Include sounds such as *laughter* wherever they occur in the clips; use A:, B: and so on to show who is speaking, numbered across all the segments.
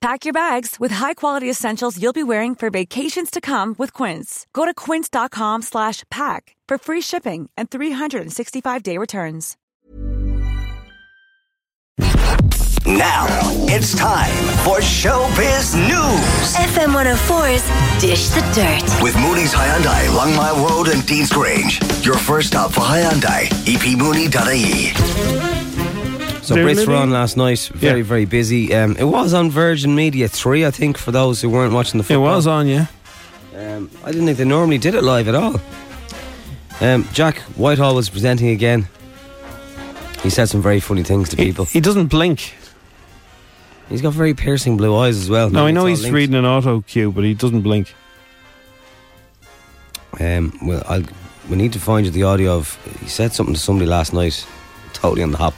A: Pack your bags with high-quality essentials you'll be wearing for vacations to come with Quince. Go to quince.com slash pack for free shipping and 365-day returns.
B: Now it's time for Showbiz News
C: FM 104's Dish the Dirt.
B: with Mooney's Hyundai, Longmire Road, and Dean's Grange. Your first stop for Hyundai, E epmooney.ie.
D: So
E: Very
D: Brits were
E: busy.
D: on last night. Very,
E: Yeah.
D: very busy. Um, it was on Virgin Media 3, I think, for those who weren't watching the
E: It
D: football.
E: was on, yeah.
D: Um, I didn't think they normally did it live at all. Um, Jack Whitehall was presenting again. He said some very funny things to
E: He,
D: people.
E: he doesn't blink.
D: He's got very piercing blue eyes as well.
E: No, I
D: It's
E: know
D: all
E: he's
D: linked.
E: reading an auto cue, but he doesn't blink.
D: Um, well, I'll, we need to find you the audio of. He said something to somebody last night, totally on the hop,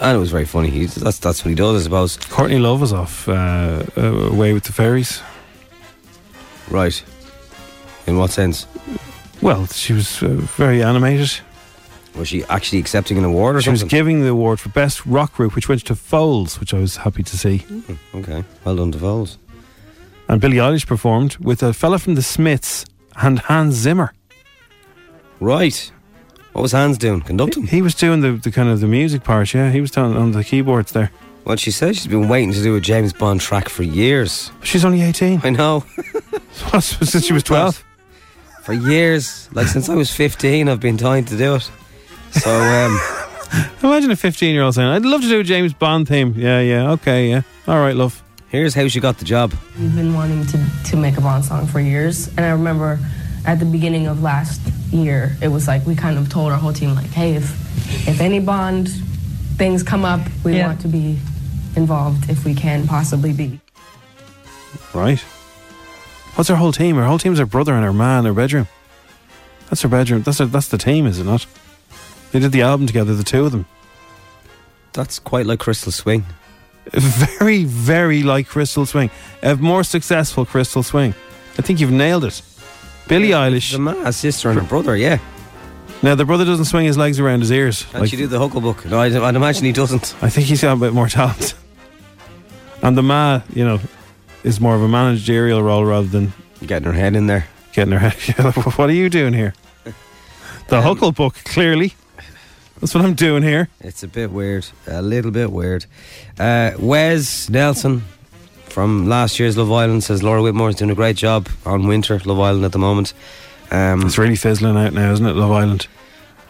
D: and it was very funny. He's, that's that's what he does, I suppose.
E: Courtney Love is off uh, uh, away with the fairies.
D: Right. In what sense?
E: Well, she was uh, very animated.
D: Was she actually accepting an award or
E: She was
D: something?
E: giving the award for best rock group, which went to Foles, which I was happy to see.
D: Hmm, okay. Well done to Foles.
E: And Billie Eilish performed with a fella from the Smiths and Hans Zimmer.
D: Right. What was Hans doing? Conducting?
E: He was doing the, the kind of the music part. Yeah, he was down on the keyboards there.
D: Well, she says she's been waiting to do a James Bond track for years.
E: She's only eighteen.
D: I
E: *laughs*
D: know. *laughs*
E: Since she was twelve.
D: For years. Like, since I was 15, I've been dying to do it. So, um,
E: *laughs* Imagine a 15 year old saying, I'd love to do a James Bond theme. Yeah, yeah, okay, yeah. All right, love.
D: here's how she got the job.
F: We've been wanting to, to make a Bond song for years. And I remember at the beginning of last year, it was like we kind of told our whole team, like, hey, if, if any Bond things come up, we
G: Yeah.
F: want to be involved if we can possibly be.
E: Right. What's her whole team? Her whole team's her brother and her man, her bedroom. That's her bedroom. That's her, that's the team, is it not? They did the album together, the two of them.
D: That's quite like Crystal Swing.
E: *laughs* Very, very like Crystal Swing. A more successful Crystal Swing. I think you've nailed it. Billie
D: The
E: Eilish.
D: man, a sister and a brother, yeah.
E: Now, the brother doesn't swing his legs around his ears.
D: And
E: like-
D: she did the Hucklebuck. No, I'd, I'd imagine he doesn't.
E: I think he's got a bit more talent. *laughs* And the ma, you know, is more of a managerial role rather than
D: Getting her head in there.
E: getting her head. *laughs* what are you
D: *laughs*
E: doing here?
D: Um,
E: The Huckle book, clearly. That's what I'm doing here.
D: It's a bit weird, a little bit weird. Uh, Wes Nelson from last year's Love Island says Laura Whitmore's doing a great job on Winter Love Island at the moment. Um,
E: It's really fizzling out now, isn't it, Love Island?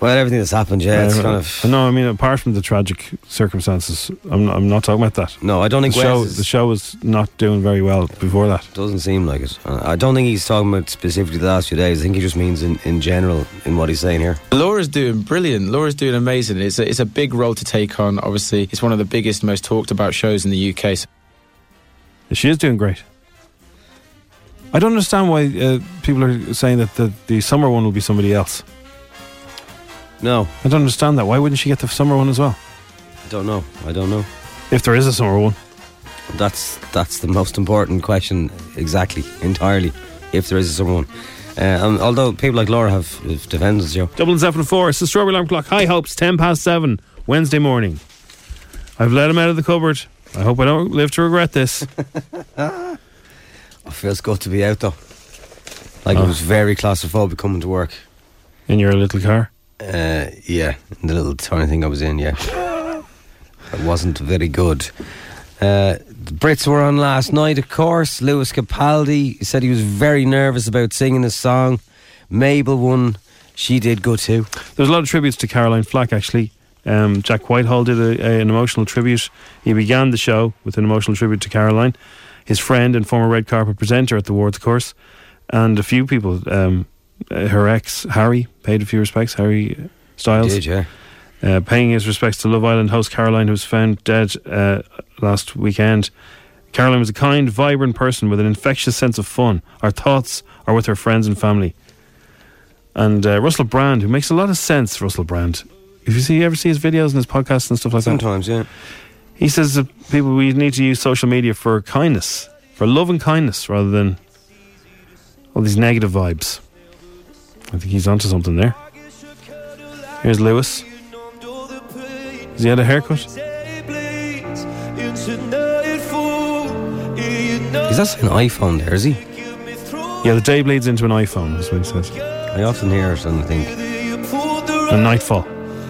D: well, everything that's happened, yeah, it's
E: Uh,
D: kind of
E: No, I mean, apart from the tragic circumstances, I'm not, I'm not talking about that.
D: no. I don't
E: The
D: think Wes
E: show,
D: is-
E: the show was not doing very well before that.
D: doesn't seem like it. Uh, I don't think he's talking about specifically the last few days. I think he just means in, in general in what he's saying here.
H: Laura's doing brilliant. Laura's doing amazing. It's a, it's a big role to take on. Obviously, it's one of the biggest, most talked about shows in the UK. So
E: She is doing great. I don't understand why uh, people are saying that the, the summer one will be somebody else.
D: No,
E: I don't understand that. Why wouldn't she get the summer one as well?
D: I don't know. I don't know.
E: If there is a summer one.
D: That's that's the most important question, exactly, entirely, if there is someone. Uh, um, although people like Laura have, have defended the show.
E: Dublin 7 4. It's the Strawberry Alarm Clock. High hopes, 10 past 7, Wednesday morning. I've let him out of the cupboard. I hope I don't live to regret this.
D: It feels good to be out though. Like
E: Oh.
D: it was very claustrophobic coming to work.
E: In your little car.
D: Uh, yeah, the little tiny thing I was in, yeah. it wasn't very good. Uh, the Brits were on last night, of course. Lewis Capaldi said he was very nervous about singing his song. Mabel won. She did good too.
E: There's a lot of tributes to Caroline Flack, actually. Um, Jack Whitehall did a, a- an emotional tribute. He began the show with an emotional tribute to Caroline, his friend and former red carpet presenter at the awards, of course, and a few people. Um, uh, her ex, Harry, paid a few respects. Harry Styles.
D: Did yeah.
E: uh, paying his respects to Love Island host Caroline, who was found dead uh, last weekend. Caroline was a kind, vibrant person with an infectious sense of fun. Our thoughts are with her friends and family. and uh, Russell Brand, who makes a lot of sense. Russell Brand, if you see, you ever see his videos and his podcasts and stuff like that,
D: Sometimes, yeah.
E: he says that people we need to use social media for kindness, for love and kindness, rather than all these negative vibes. I think he's onto something there. Here's Lewis. Has he had a haircut?
D: Is that an iPhone there, is he?
E: Yeah, the day bleeds into an iPhone, is what he says.
D: I often hear it and I think,
E: A nightfall.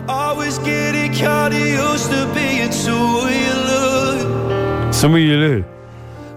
G: Always getting kinda used to being so alone.
E: Somewhere you lose.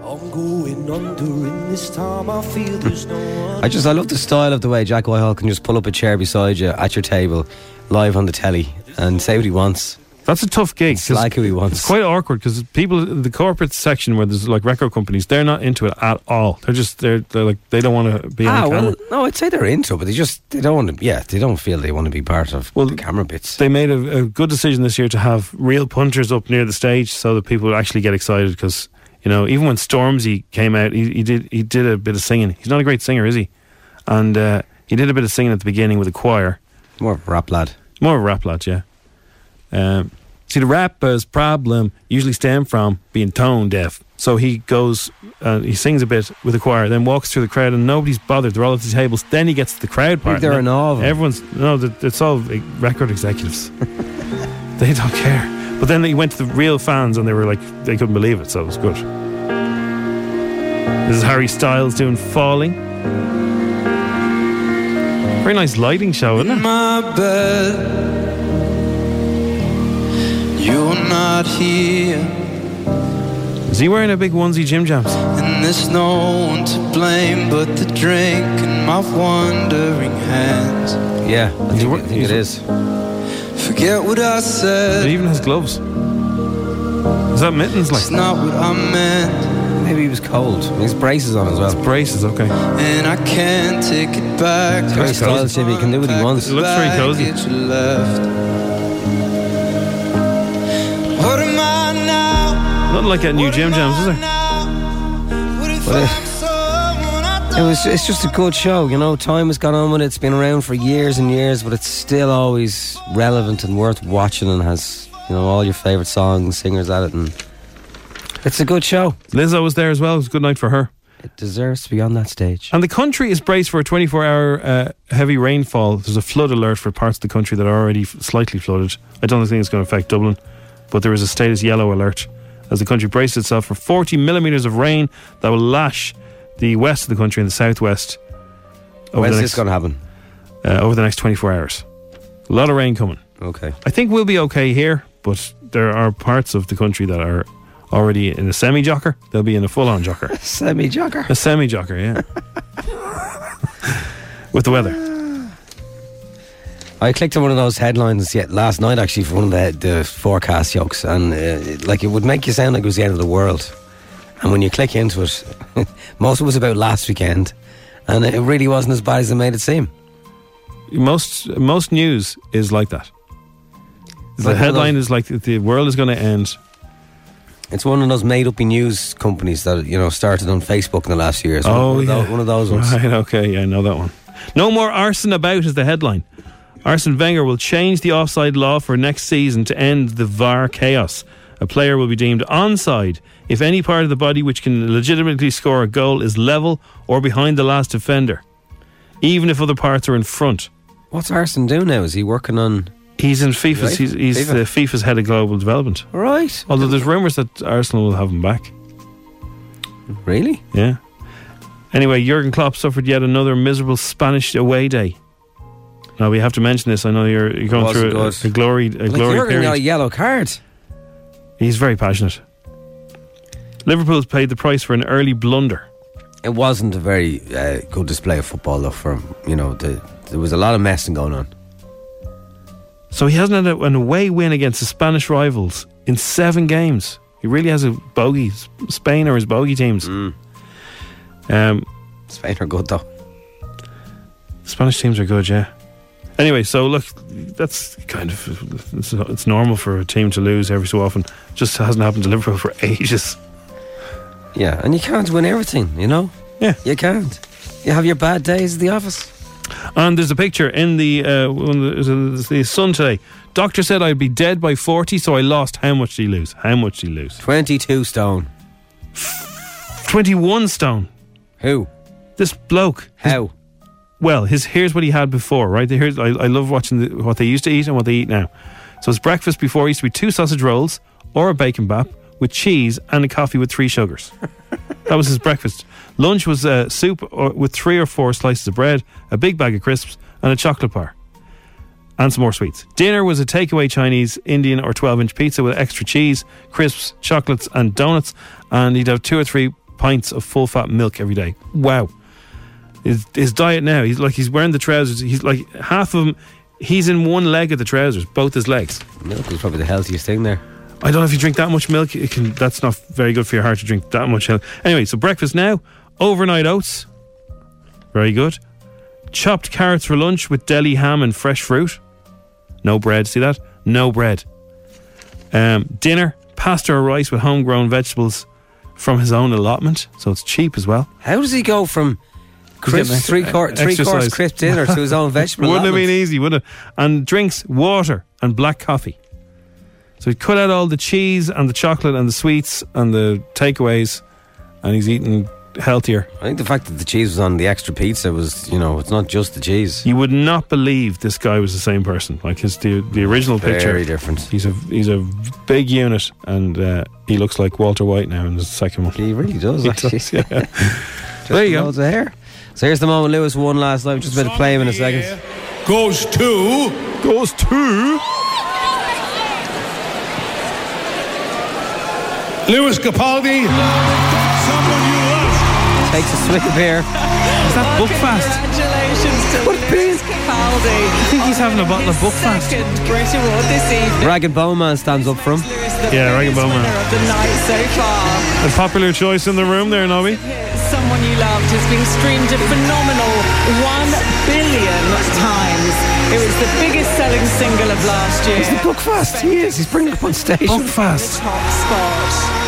G: I'm going under in this time. I feel there's no one.
D: I just, I love the style of the way Jack Whitehall can just pull up a chair beside you at your table, live on the telly, and say what he wants.
E: That's a tough gig. 'cause
D: Slag who he wants.
E: It's quite awkward because people, the corporate section where there's like record companies, they're not into it at all. They're just they're, they're like they don't want to be
D: ah,
E: on camera.
D: well, no, I'd say they're into it, but they just, they don't want to, yeah, they don't feel they want to be part of
E: Well,
D: the camera bits.
E: They made a, a good decision this year to have real punters up near the stage so that people would actually get excited because you know even when Stormzy came out, he, he did he did a bit of singing. He's not a great singer, is he? And uh, he did a bit of singing at the beginning with a choir.
D: More of a rap lad.
E: More of a rap lad, yeah. Um, see, the rapper's problem usually stem from being tone deaf. So he goes, uh, he sings a bit with the choir, then walks through the crowd, and nobody's bothered. They're all at the tables. Then he gets to the crowd part.
D: they're in awe of him.
E: Everyone's no, th- it's all uh,
D: *laughs*
E: record executives. they don't care. But then he went to the real fans, and they were like, they couldn't believe it. So it was good. This is Harry Styles doing "Falling." Very nice lighting show, isn't it?
G: My bed. You're not here,
E: Is he wearing a big onesie Jim jams?
G: and there's no one to blame but the drink and my wandering hands.
D: Yeah, I
E: He's
D: think,
E: wor-
D: I think
E: he's-
D: it is.
G: Forget what I
E: It
G: said.
E: even has gloves. Is that mittens
G: It's
E: like?
G: not what I meant,
D: Maybe he was cold. He's braces on as well.
E: Braces, okay.
G: and I can't take it back.
D: It's very style, Jimmy. He can do what he wants.
E: It looks very cozy.
G: Get you left. What am I now?
E: Not like at new Jim Jams, is there?
D: Well, It was. It's just a good show, you know. Time has gone on with it. It's been around for years and years, but it's still always relevant and worth watching, and has you know all your favorite songs, singers at it, and it's a good show.
E: Lizzo was there as well. It was a good night for her.
D: It deserves to be on that stage.
E: And the country is braced for a 24 hour uh, heavy rainfall. There's a flood alert for parts of the country that are already f- slightly flooded. I don't think it's going to affect Dublin, but there is a status yellow alert as the country braces itself for 40 millimetres of rain that will lash the west of the country and the southwest over,
D: When's
E: the
D: this
E: next,
D: going to happen?
E: uh, over the next 24 hours. A lot of rain coming.
D: Okay.
E: I think we'll be okay here, but there are parts of the country that are already in a semi jocker. They'll be in a full on
D: *laughs*
E: jocker.
D: Semi jogger.
E: a semi jocker, yeah. With the weather.
D: I clicked on one of those headlines yet last night, actually, for one of the, the forecast jokes, and uh, it- like it would make you sound like it was the end of the world. And when you click into it, *laughs* most of it was about last weekend, and it really wasn't as bad as they made it seem.
E: Most most news is like that. The
D: like one of
E: headline
D: those-
E: is like the world is going to end.
D: It's one of those made-up news companies that you know started on Facebook in the last year. It's one-
E: Oh,
D: one of tho-
E: yeah.
D: one of those ones.
E: *laughs* Right, okay, yeah, I know that one. No more arson about is the headline. Arsene Wenger will change the offside law for next season to end the VAR chaos. A player will be deemed onside if any part of the body which can legitimately score a goal is level or behind the last defender, even if other parts are in front.
D: What's Arsene doing now? Is he working on?
E: He's in FIFA's.
D: Right,
E: He's, he's
D: FIFA.
E: the FIFA's head of global development.
D: Right.
E: Although there's rumours that Arsenal will have him back.
D: Really?
E: Yeah. Anyway, Jurgen Klopp suffered yet another miserable Spanish away day. Now we have to mention this. I know you're, you're going
D: wasn't
E: through a,
D: good.
E: a glory a
D: Like
E: glory
D: you're going to
E: period.
D: get a yellow card.
E: He's very passionate. Liverpool's paid the price for an early blunder.
D: It wasn't a very uh, good display of football, though. From you know, the, there was a lot of messing going on.
E: So he hasn't had a, an away win against his Spanish rivals in seven games. He really has a bogey. S- Spain or his bogey teams. Um,
D: Hmm. Spain are good though.
E: Spanish teams are good, yeah. Anyway, so look, that's kind of it's, it's normal for a team to lose every so often. Just hasn't happened to Liverpool for *laughs* ages.
D: Yeah, and you can't win everything. You know,
E: Yeah.
D: you can't. You have your bad days at the office.
E: And there's a picture in the uh, one of the, the- the Sun today. Doctor said I'd be dead by 40, so I lost. How much did he lose? How much did he lose?
D: 22 stone.
E: 21 stone.
D: Who?
E: This bloke.
D: How?
E: Well, his here's what he had before, right? Here's, I, I love watching the, what they used to eat and what they eat now. So his breakfast before used to be two sausage rolls or a bacon bap with cheese and a coffee with three sugars. that was his breakfast. Lunch was uh, soup or, with three or four slices of bread, a big bag of crisps, and a chocolate bar. And some more sweets. Dinner was a takeaway Chinese, Indian, or 12 inch pizza with extra cheese, crisps, chocolates, and donuts. And he'd have two or three pints of full fat milk every day. Wow his, his diet now. He's like he's wearing the trousers. He's like half of him. He's in one leg of the trousers, both his legs.
D: Milk was probably the healthiest thing there.
E: I don't know if you drink that much milk. It can. That's not very good for your heart to drink that much milk. Anyway, so breakfast now, overnight oats, very good. Chopped carrots for lunch with deli ham and fresh fruit. No bread. See that? No bread. Um, dinner: pasta or rice with homegrown vegetables from his own allotment, so it's cheap as well.
D: How does he go from crisps,
H: Exercise.
D: three, cor- three course
E: Exercise.
D: crisp dinner to
E: *laughs*
D: his own vegetable?
E: Wouldn't have been
D: allotment?
E: easy, would it? And drinks, water, and black coffee. So he cut out all the cheese and the chocolate and the sweets and the takeaways, and he's eating healthier.
D: I think the fact that the cheese was on the extra pizza was, you know, it's not just the cheese.
E: You would not believe this guy was the same person. Like his the, the original
D: Very
E: picture.
D: different.
E: He's a he's a big unit, and uh, he looks like Walter White now in his second one.
D: He really does, actually.
E: yeah. *laughs*
D: Just
E: There you go.
D: loads of hair. So here's the moment Lewis won last night. We're Just about to play him in a second.
I: Goes to.
E: Goes to
I: Lewis Capaldi. Someone you lost.
D: Takes a swig of beer.
E: is that Buckfast?
J: Congratulations to
D: What
J: Lewis Capaldi. I
E: think he's having a bottle of Buckfast.
J: Second Brit Award this evening.
D: Rag and Bone Man stands up from.
J: Lewis, the
E: Yeah,
J: biggest
E: Ragged Bone Man.
J: winner of the night so far.
E: A popular choice in the room there, Nobby.
J: Someone you loved has been streamed a phenomenal one billion times. It was the biggest selling single of last year.
D: Buckfast. He is. He's bringing up on stage.
E: Buckfast.
J: Top spot.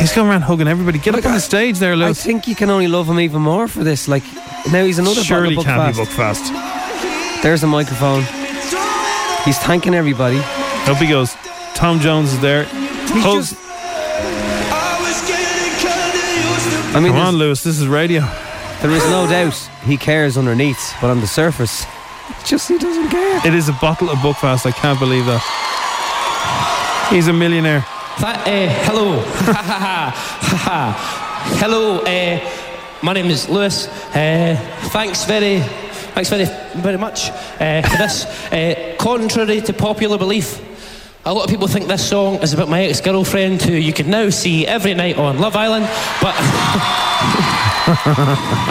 E: He's going around hugging everybody. Get
D: Like,
E: up on
D: I-
E: the stage there,
D: I
E: Lewis.
D: think you can only love him even more for this. Like now he's another
E: Surely
D: bottle
E: can't
D: of
E: be
D: Buckfast.
E: booked fast.
D: There's a microphone. He's thanking everybody.
E: Up he goes. Tom Jones is there. Hugs.
D: just- I mean,
E: Come on,
D: there's-
E: Lewis. This is radio.
D: there is no doubt he cares underneath, but on the surface, just he doesn't care.
E: It is a bottle of Buckfast. I can't believe that. He's a millionaire.
K: eh, hello. *laughs* hello. Uh, my name is Lewis. Uh, thanks very, thanks very, very much uh, for this. Uh, contrary to popular belief, a lot of people think this song is about my ex-girlfriend, who you can now see every night on Love Island, but. *laughs*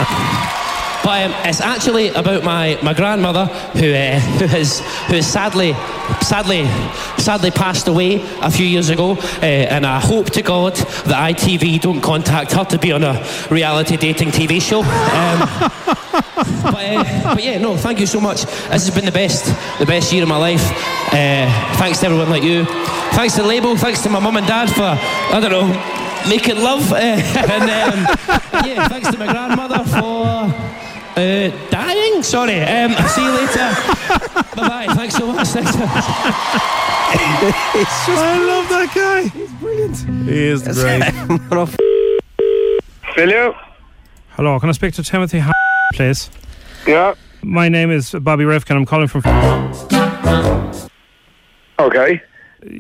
K: But um, it's actually about my, my grandmother who uh, *laughs* who has who has sadly sadly sadly passed away a few years ago, uh, and I hope to God that ITV don't contact her to be on a reality dating TV show. Um, *laughs* but, uh, but yeah, no, thank you so much. This has been the best the best year of my life. Uh, thanks to everyone like you. Thanks to the label. Thanks to my mum and dad for I don't know making love. Uh, *laughs* and um, yeah, thanks to my grandmother for. Uh, dying? Sorry. Um, I'll see you later.
E: *laughs*
K: bye bye. Thanks so much. Thanks so much.
E: I love that guy. He's brilliant. He is great.
D: *laughs*
I: Hello.
E: Hello, can I speak to Timothy, H- please?
I: Yeah.
E: My name is Bobby Rifkin. I'm calling from.
I: Okay.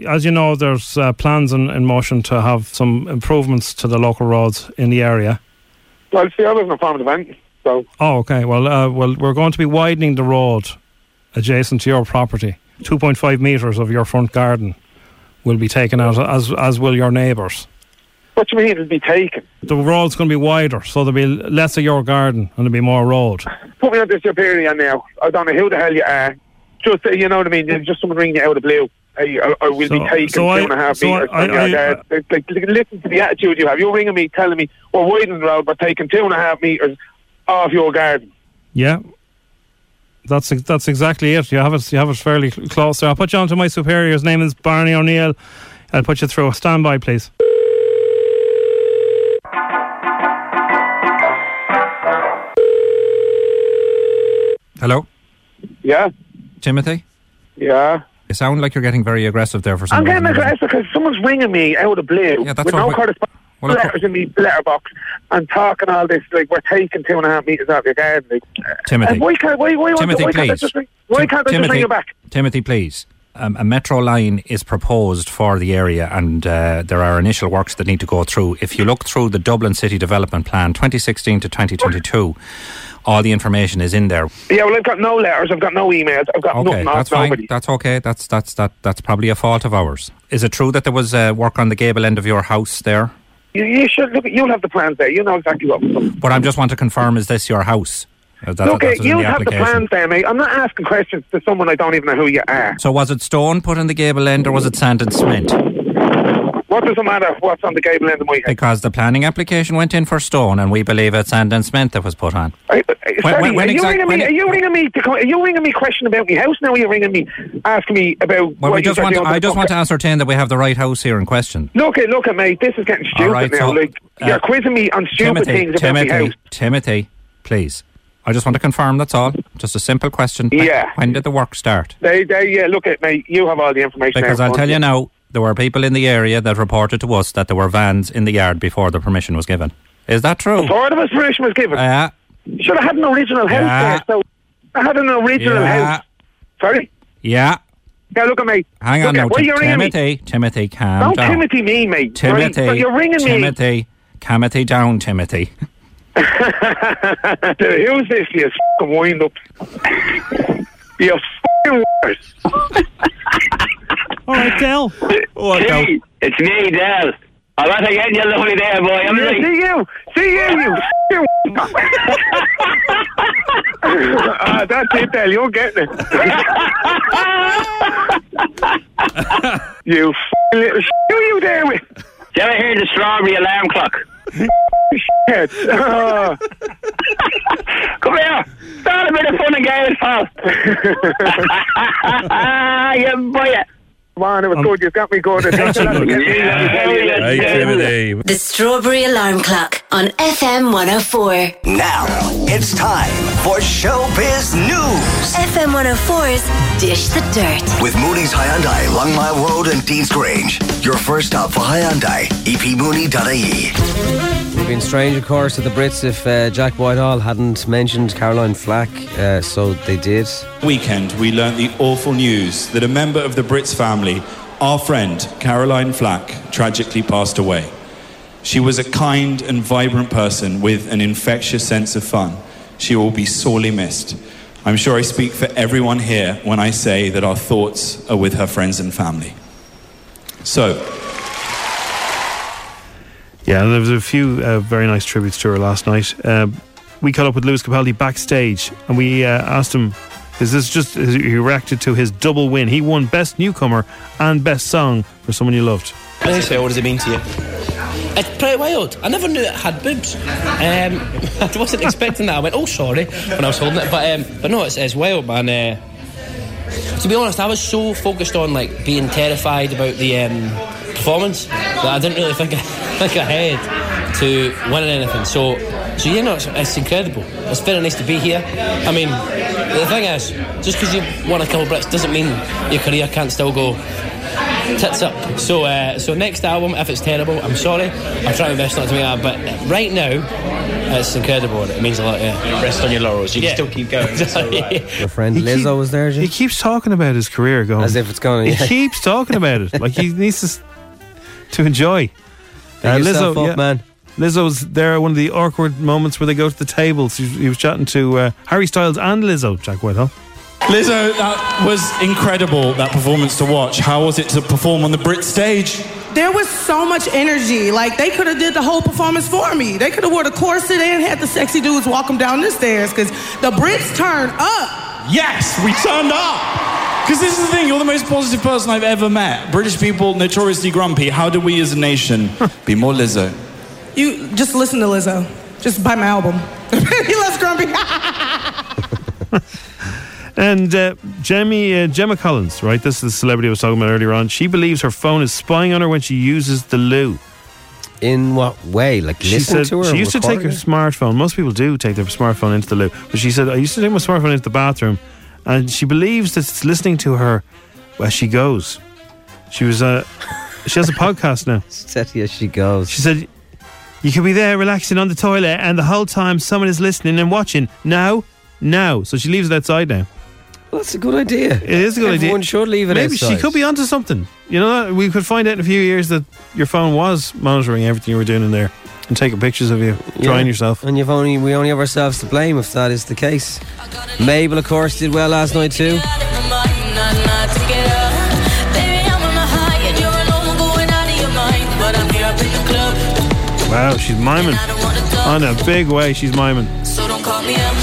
E: As you know, there's uh, plans in, in motion to have some improvements to the local roads in the area.
I: Well, see, I live in a farm event, so
E: Oh, okay. Well, uh, well, we're going to be widening the road adjacent to your property. Two point five meters of your front garden will be taken out, as as will your neighbours.
I: what do you mean it'll be taken?
E: The road's going to be wider, so there'll be less of your garden and there'll be more road.
I: Put me on this superior now. I don't know who the hell you are. Just uh, you know what I mean. There's just someone ringing you out of the blue. Hey, I, I will
E: So-
I: be taken
E: so I-
I: two and a half
E: so
I: meters
E: I-
I: from your
E: I-
I: yard. It's like, li- listen to the attitude you have. You're ringing me, telling me we're widening the road, but taking two and a half meters off your garden.
E: Yeah, that's ex- that's exactly it. You have it. You have it fairly cl- close there. I'll put you on to my superior. His name is Barney O'Neill. I'll put you through. Stand by, please.
L: Hello?
I: Yeah?
L: Timothy?
I: Yeah?
L: You sound like you're getting very aggressive there for some
I: I'm getting
L: reason.
I: aggressive because someone's ringing me out of the blue
L: Yeah, that's
I: with
L: what
I: no
L: we-
I: correspondence.
L: Well, of
I: letters in me letterbox and talking all this like we're taking two and a half meters out of your garden. Like, uh,
L: Timothy.
I: and why can't why why,
L: Timothy,
I: why can't I
L: please.
I: just ring, why
L: Tim-
I: can't I just
L: Timothy,
I: ring you back?
L: Timothy, please. Um, a metro line is proposed for the area, and uh, there are initial works that need to go through. If you look through the Dublin City Development Plan 2016 to 2022, all the information is in there.
I: Yeah, well I've got no letters, I've got no emails, I've got
L: Okay,
I: nothing off
L: that's fine.
I: nobody.
L: That's okay. That's that's that that's probably a fault of ours. Is it true that there was uh, work on the gable end of your house there?
I: You, you should look you'll have the plans there, you know exactly what we're doing.
L: What I just want to confirm is this your house? Uh, that-
I: Look
L: that was
I: at
L: in
I: you
L: the
I: have the
L: application.
I: plans there, mate. I'm not asking questions to someone I don't even know who you are.
L: So was it stone put in the gable end, or was it sand and cement?
I: What does it matter what's on the gable end of my head?
L: Because the planning application went in for stone, and we believe it's sand and cement that was put on.
I: Sorry,
L: when- when
I: are, you
L: exact-
I: ringing
L: when
I: me,
L: it-
I: are you ringing me? To, co- are you ringing me? Question about my house? Now are you ringing me? Asking me about?
L: Well,
I: what
L: we
I: you
L: just
I: got
L: want.
I: down
L: I
I: the
L: just want to
I: fucker.
L: ascertain that we have the right house here in question.
I: Look at look at mate. This is getting stupid
L: All right,
I: now.
L: so,
I: like
L: uh,
I: you're quizzing me on stupid
L: Timothy,
I: things about my
L: Timothy,
I: house.
L: Timothy, please. I just want to confirm. That's all. Just a simple question. When-
I: Yeah.
L: When did the work start?
I: They, they, yeah. Look at mate. You have all the information.
L: Because
I: there,
L: I'll tell
I: don't
L: you now, there were people in the area that reported to us that there were vans in the yard before the permission was given. Is that true?
I: Before the permission was given.
L: Yeah.
I: Should have had an original house
L: Yeah.
I: there. So I had an original
L: Yeah.
I: house. Sorry.
L: Yeah.
I: Yeah. Look at mate.
L: Hang
I: look
L: on
I: at,
L: now,
I: Why
L: Tim-
I: you ringing me?
L: Timothy. Timothy, calm
I: Don't
L: down.
I: Timothy me, mate.
L: Timothy,
I: Right? So you're ringing me.
L: Timothy, Timothy, down, Timothy.
I: Who's this? You f***ing wind up. you f***ing worse.
M: All right, Dell.
N: Hey, it's me, Dell. I want to get you lovely there, boy. I'm
I: Yeah,
N: like,
I: see you. See you,
N: *laughs*
I: you *laughs* f***ing Ah, That's it, Dell. You're
N: *laughs*
I: getting it. you *laughs* f***ing little s***. Who you there with?
N: you ever hear the strawberry alarm
I: *laughs*
N: clock?
I: Head. Oh.
N: Come here. Start a bit of fun and games,
I: *laughs*
N: pal. *laughs* you boy.
I: Come on, it was good. You've got me good. Thanks a lot for getting me. Let me tell you.
C: The Strawberry Alarm Clock on FM 104.
B: Now it's time for Showbiz News
C: FM 104's Dish the Dirt.
B: with Mooney's Hyundai, Longmire Road, and Dean's Grange. Your first stop for Hyundai, E epmooney.ie.
D: It would have been strange, of course, at the Brits if uh, Jack Whitehall hadn't mentioned Caroline Flack, uh, so they did.
O: Weekend, we learnt the awful news that a member of the Brits family, our friend Caroline Flack, tragically passed away. She was a kind and vibrant person with an infectious sense of fun. She will be sorely missed. I'm sure I speak for everyone here when I say that our thoughts are with her friends and family. So,
E: Yeah, and there was a few uh, very nice tributes to her last night. Uh, we caught up with Lewis Capaldi backstage, and we uh, asked him, "Is this just?" He reacted to his double win. He won Best Newcomer and Best Song for someone you loved.
P: Honestly, what does it mean to you? It's pretty wild. I never knew it had boobs. Um, *laughs* I wasn't expecting that. I went, oh, sorry, when I was holding it. But um, but no, it's, it's wild, man. Uh, to be honest, I was so focused on like being terrified about the um, performance that I didn't really think *laughs* think ahead to winning anything. So so you know, it's, it's incredible. It's very nice to be here. I mean, the thing is, just because you won a couple of Brits doesn't mean your career can't still go tits up. So, uh, so next album, if it's terrible, I'm sorry. I'm trying my best not to make that, but right now, it's incredible. It means a lot. Yeah. Rest on your laurels. You can still keep going. *laughs*
D: Your friend Lizzo was there,
E: He
D: Jim.
E: keeps talking about his career, going
D: As if it's gone,
E: He
D: yeah.
E: keeps talking about it, like he needs to s- to enjoy.
D: *laughs*
E: Uh,
D: Pick yourself up, man.
E: Lizzo's there. One of the awkward moments where they go to the tables. He, he was chatting to uh, Harry Styles and Lizzo. Jack Whitehall.
O: Lizzo, Oh, that was incredible, that performance to watch. How was it to perform on the Brit stage?
Q: There was so much energy. Like they could have did the whole performance for me. They could have wore the corset and had the sexy dudes walk them down the stairs because the Brits turned up.
O: Yes, we turned up. Because this is the thing, you're the most positive person I've ever met. British people, notoriously grumpy. How do we as a
D: *laughs*
O: nation be more Lizzo?
Q: You just listen to Lizzo. Just buy my album. he loves grumpy.
E: And uh, Jemmy, uh, Gemma Collins, right? This is the celebrity I was talking about earlier on. She believes her phone is spying on her when she uses the loo.
D: in what way? Like
E: She
D: listen
E: said
D: to her.
E: she used to take her
D: recording
E: smartphone. Most people do take their smartphone into the loo, but she said I used to take my smartphone into the bathroom, and she believes that it's listening to her as she goes. She was uh, *laughs* she has a podcast now.
D: said yes, she goes.
E: She said you could be there relaxing on the toilet, and the whole time someone is listening and watching. Now, now, so she leaves it outside now.
D: Well, that's a good idea.
E: It is a good idea.
D: Everyone should leave it
E: Maybe she
D: outside.
E: could be onto something. You know, we could find out in a few years that your phone was monitoring everything you were doing in there and taking pictures of you,
D: Yeah.
E: drying yourself.
D: And you've only we only have ourselves to blame if that is the case. Mabel, of course, did well last night too.
E: Wow, she's miming. On a big way, she's miming. She's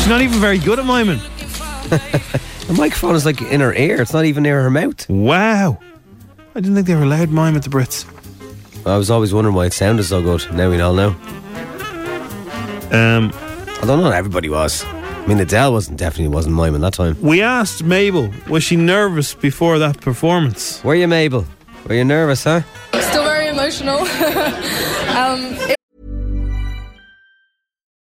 E: not even very good at miming.
D: *laughs* the microphone is like in her ear. It's not even near her mouth.
E: Wow. I didn't think they were allowed mime at the Brits.
D: I was always wondering why it sounded so good. Now we all know.
E: Um,
D: although not everybody was. I mean, Adele wasn't definitely wasn't miming that time.
E: We asked Mabel, was she nervous before that performance?
D: Were you, Mabel? Were you nervous, huh?
R: Still very emotional. *laughs* um, it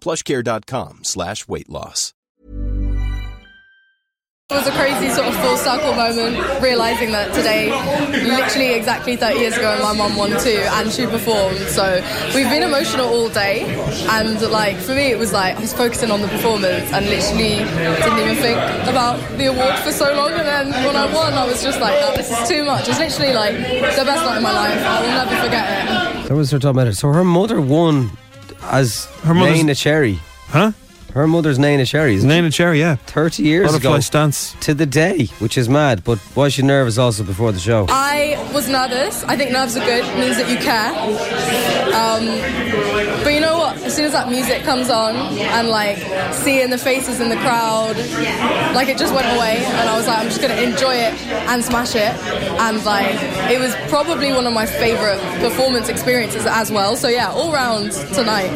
S: Plushcare.com slash weight loss.
R: was a crazy sort of full circle moment, realizing that today, literally exactly 30 years ago, my mum won too, and she performed. So we've been emotional all day, and like for me, it was like I was focusing on the performance and literally didn't even think about the award for so long. And then when I won, I was just like, oh, this is too much. It's literally like the best night of my life. I will never forget it.
D: That was her top matter. So her mother won as her
E: mother's-
D: Naina Cherry.
E: Huh?
D: Her mother's Naina Cherry. Isn't
E: Naina Cherry, yeah.
D: 30 years
E: Butterfly
D: ago.
E: stance.
D: To the day, which is mad. But was she nervous also before the show?
R: I was nervous. I think nerves are good. It means that you care. Um, but you know what? As soon as that music comes on and like seeing the faces in the crowd, like it just went away, and I was like, I'm just gonna enjoy it and smash it. And like it was probably one of my favorite performance experiences as well. So yeah, all round tonight.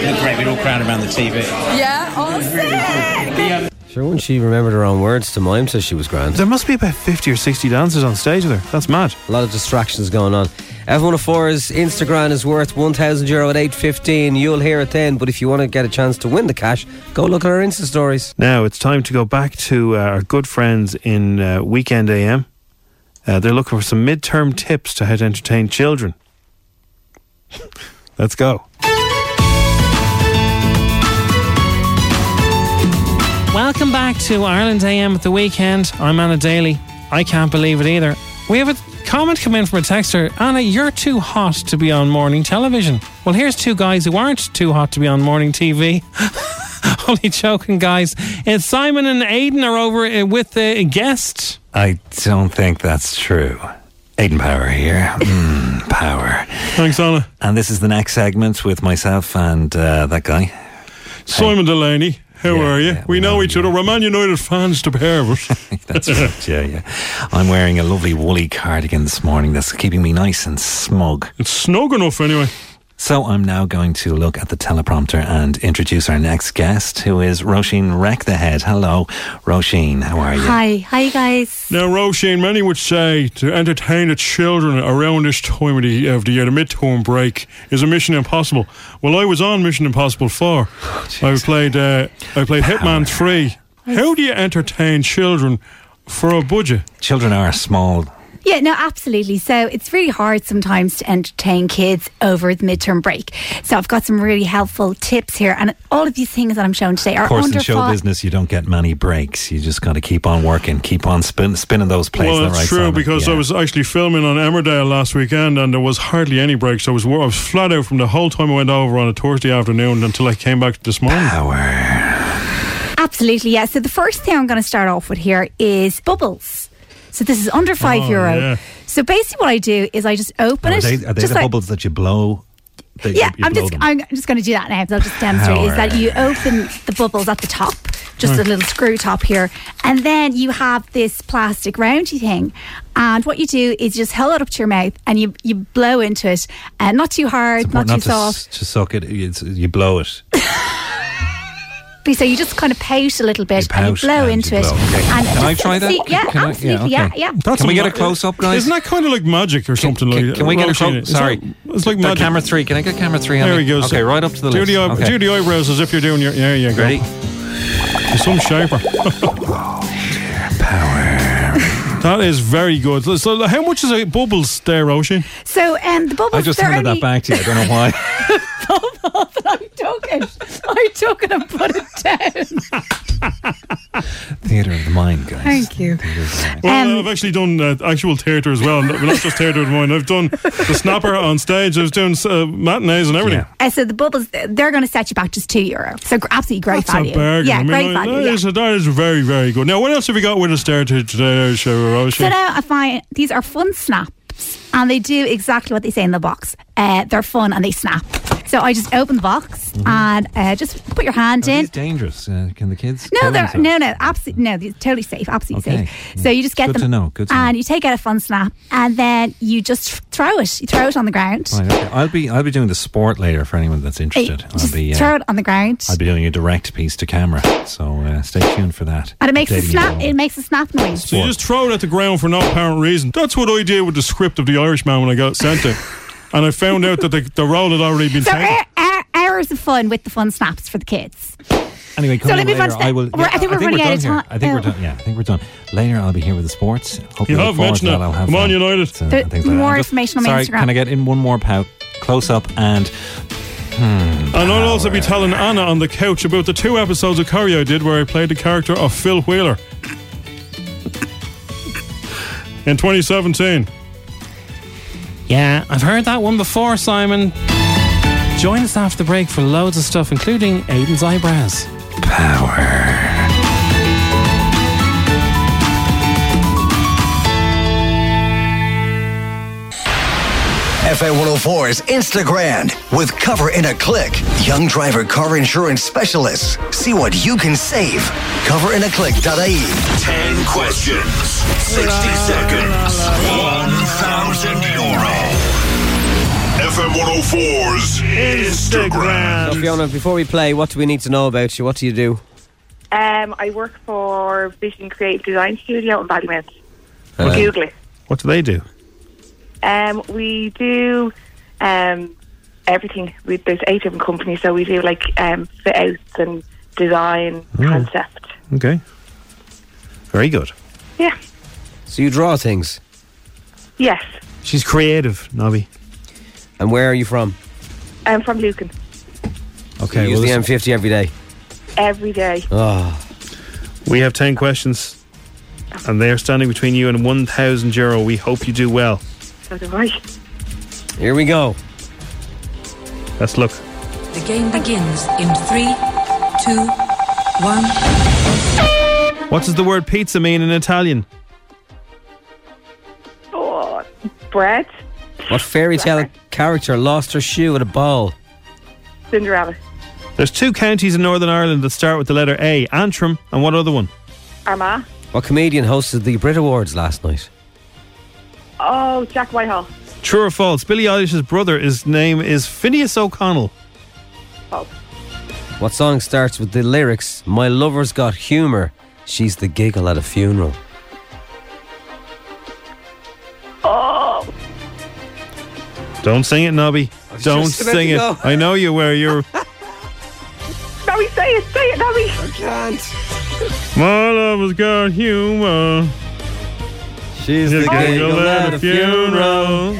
T: Look great, we're all crowded around the TV.
R: Yeah, oh sick.
D: Sure, when she remembered her own words to mime, so she was grand.
E: There must be about 50 or 60 dancers on stage with her. That's mad.
D: A lot of distractions going on. F104's Instagram is worth 1,000 euro at 8.15. You'll hear it then, but if you want to get a chance to win the cash, go look at our Insta stories.
E: Now it's time to go back to uh, our good friends in uh, Weekend AM. Uh, they're looking for some midterm tips to how to entertain children. *laughs* Let's go. Welcome back to Ireland AM at the weekend. I'm Anna Daly. I can't believe it either. We have a comment come in from a texter Anna, you're too hot to be on morning television. Well, here's two guys who aren't too hot to be on morning TV. *laughs* Only joking, guys. It's Simon and Aidan are over uh, with a guest.
U: I don't think that's true. Aiden Power
E: *laughs*
U: here. Mm, power.
E: Thanks, Anna.
U: And this is the next segment with myself and uh, that guy.
E: Simon Delaney, how are you? we, know each other. We're Man United fans to pair *laughs* of us.
U: That's right, yeah, yeah. I'm wearing a lovely woolly cardigan this morning that's keeping me nice and smug.
E: It's snug enough, anyway.
U: So I'm now going to look at the teleprompter and introduce our next guest, who is Roisin Wreck the Head. Hello, Roisin. How are you?
V: Hi, hi guys.
M: *laughs* Now, Roisin, many would say to entertain the children around this time of the, of the year, the midterm break, is a mission impossible. Well, I was on Mission Impossible 4.
E: Oh,
M: I played, uh, I played Hitman 3. How do you entertain children for a budget?
U: Children are small.
V: Yeah, no, absolutely. So it's really hard sometimes to entertain kids over the midterm break. So I've got some really helpful tips here, and all of these things that I'm showing today are
U: Of course,
V: under
U: in show
V: fi-
U: business, you don't get many breaks. You just got to keep on working, keep on spin, spinning those plates.
M: well,
U: All
M: it's
U: right,
M: true
U: Simon?
M: because uh, I was actually filming on Emmerdale last weekend, and there was hardly any breaks. I was wor- I was flat out from the whole time I went over on a Thursday afternoon until I came back this morning.
V: Absolutely, yeah. So the first thing I'm going to start off with here is bubbles. So this is under five
U: Oh,
V: euro.
U: yeah.
V: So basically, what I do is I just open
U: Are
V: it.
U: they, are they
V: just
U: the
V: like-
U: bubbles that you blow
E: They-
V: yeah,
E: you
V: I'm
E: blow
V: just
E: them.
V: I'm just going to do that now. I'll just demonstrate. Is that you open the bubbles at the top, just a
E: Right.
V: little screw top here, and then you have this plastic roundy thing. And what you do is you just hold it up to your mouth and you you blow into it, and not too hard, not,
U: Not,
V: too
U: to,
V: soft.
U: s- to suck it, it's, you blow it.
V: But so you just kind of pout a little bit and
U: pout
V: you blow
U: and you
V: into it.
U: blow. Okay.
V: And
U: Can I try that?
V: See, yeah,
U: Can I- Oh, yeah,
V: absolutely. Yeah,
U: okay.
V: yeah.
U: Can we get a close-up, guys?
M: Isn't that kind of like magic or something like that?
U: Can we get a
M: Rosie,
U: close?
M: is that-
U: Sorry,
M: it's like
U: The
M: magic.
U: camera three. Can I get camera three? on
M: There
U: the-
M: we go.
U: Okay,
M: So
U: right up to the
M: do
U: list.
M: The, eye-
U: okay.
M: Do the eyebrows as if you're doing your. Yeah, yeah, go. Ready? Some shaper. *laughs* Power. That is very good. So, how much is a bubbles there, Roshi?
V: So um, the bubbles. they're only-
M: to you. I don't know
V: *laughs*
M: why.
V: bubble, but I took it. I took it and put it down.
U: Theater of the mind, guys.
V: Thank you.
M: Well, I've actually done uh, actual theatre as well, not, not just theatre with mine. I've done the snapper on stage. I was doing uh, matinees and everything.
V: Uh, so the bubbles, they're going to set you back just two euro. So gr- absolutely great
M: That's
V: value.
M: a bargain.
V: Yeah,
M: I mean,
V: great
M: I-
V: value.
M: that
V: yeah.
M: is- that is very, very good. Now, what else have we got with us there to- today, Sarah Roshi?
V: So now I find these are fun snaps, and they do exactly what they say in the box. Uh, they're fun and they snap. So I just open the box
U: Mm-hmm.
V: and uh, just put your hand in.
U: It's dangerous. Uh, can the kids?
V: No,
U: kill
V: they're
U: themselves?
V: no, no, absolutely no. They're totally safe, absolutely
U: Okay.
V: safe. So you just get
U: Good
V: them,
U: to know, good to know.
V: and you take out a fun snap, and then you just throw it. You throw it on the ground.
U: Right, okay. I'll be I'll be doing the sport later for anyone that's interested. I'll
V: Just
U: be
V: throw
U: uh,
V: it on the ground.
U: I'll be doing a direct piece to camera, so uh, stay tuned for that.
V: and it makes a
U: Updating you
V: snap.
U: all.
V: It makes a snap noise.
M: So you just throw it at the ground for no apparent reason. That's what I did with the script of The Irishman when I got sent it. And I found out that the, the role had already been
V: So eh,
M: taken.
V: hour, hour, hours of fun with the fun snaps for the kids.
U: Anyway,
V: So
U: coming
V: let me
U: later,
V: find-
U: I will.
V: we're- I think we're running out
U: done
V: of
U: here.
V: time.
U: I think we're
V: Oh.
U: done. Yeah, I think we're done. Later, I'll be here with the sports. Hope
M: You
U: look
M: have
U: forward
M: mentioned
U: to
M: it.
U: that. I'll have
M: Come on,
U: that.
M: United.
U: So,
V: There-
U: and things like
V: more
U: that. I'm
V: information on my
U: sorry,
V: Instagram.
U: Can I get in one more pout? Close up and. Hmm,
M: And I'll also be telling Anna on the couch about the two episodes of Curry I did where I played the character of Phil Wheeler. In 2017.
P: Yeah, I've heard that one before, Simon. Join us after the break for loads of stuff, including Aiden's eyebrows.
B: FA104's Instagram with Cover in a Click. Young driver car insurance specialists. See what you can save. Coverinaclick.ie.
A: 10 questions, 60 seconds, 1,000 euro. FM 104's Instagram.
D: So, Fiona, before we play, what do we need to know about you? What do you do?
F: Um, I work for Vision Creative Design Studio in Ballymount. Google it.
E: What do they do?
F: Um, we do um, everything. We, there's eight different companies, so we do like um, fit outs and design
E: Oh.
F: concept.
E: Okay. Very good.
F: Yeah.
D: So you draw things.
F: Yes,
E: She's creative, Nobby.
D: And where are you from?
F: I'm from Lucan
D: Okay,
E: well,
D: use
E: this-
D: the M50 every day.
F: every day.
D: Oh.
E: We have 10 questions, and they are standing between you and 1,000 euro. We hope you do well.
F: So do I.
D: Here we go.
E: Let's look.
W: The game begins in three, two, one.
E: What does the word pizza mean in Italian?
F: Oh, bread,
D: What fairy tale character lost her shoe at a ball?
F: Cinderella,
E: There's two counties in Northern Ireland that start with the letter A Antrim, and what other one?
F: Armagh.
D: What comedian hosted the Brit Awards last night?
F: Oh, Jack Whitehall.
E: True or false? Billy Eilish's brother, his name is Phineas O'Connell.
D: What song starts with the lyrics, My lover's got humour, she's the giggle at a funeral?
F: Oh,
E: Don't sing it, Nobby.
F: was
E: Don't
F: just about
E: sing
F: to
E: it.
F: go.
E: I know you
F: *laughs*
E: were. You're.
F: Nobby, say it, say it, Nobby. I
D: can't.
E: My love has got humour.
D: She's
E: the
F: giggle
D: at a funeral.